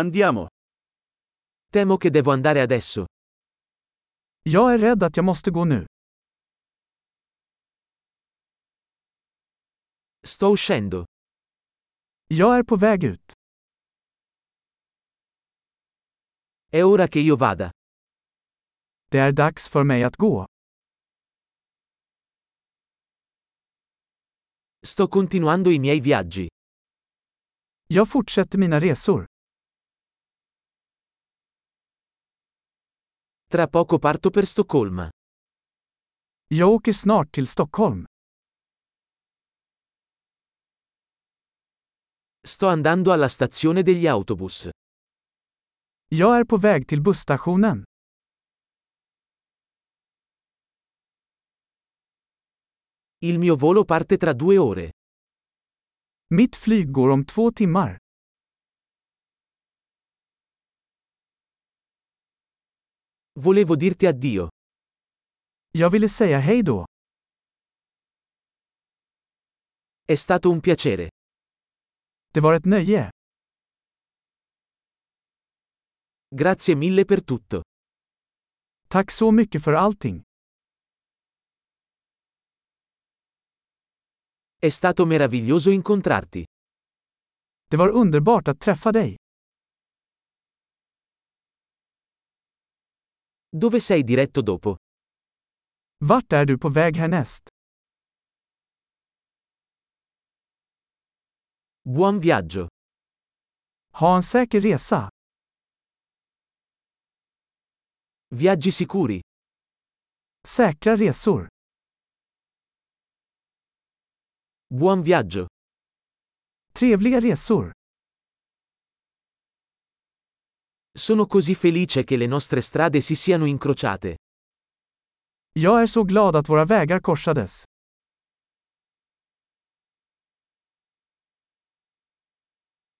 Andiamo. Temo che devo andare adesso. Jag är rädd att jag måste gå nu. Sto uscendo. Jag är på väg ut. È ora che io vada. Det är dags för mig att gå. Sto continuando i miei viaggi. Jag fortsätter mina resor. Tra poco parto per Stoccolma. Jag åker snart till Stockholm. Sto andando alla stazione degli autobus. Jag är på väg till busstationen. Il mio volo parte tra due ore. Mitt flyg går om två timmar. Volevo dirti addio. Jag ville säga hej då. È stato un piacere. Det var ett nöje. Grazie mille per tutto. Tack så mycket för allting. È stato meraviglioso incontrarti. Det var underbart att träffa dig. Dove sei diretto dopo? Vart är du på väg härnäst? Buon viaggio. Ha en säker resa. Viaggi sicuri. Säkra resor. Buon viaggio. Trevliga resor. Sono così felice che le nostre strade si siano incrociate. Jag är så glad att våra vägar korsades.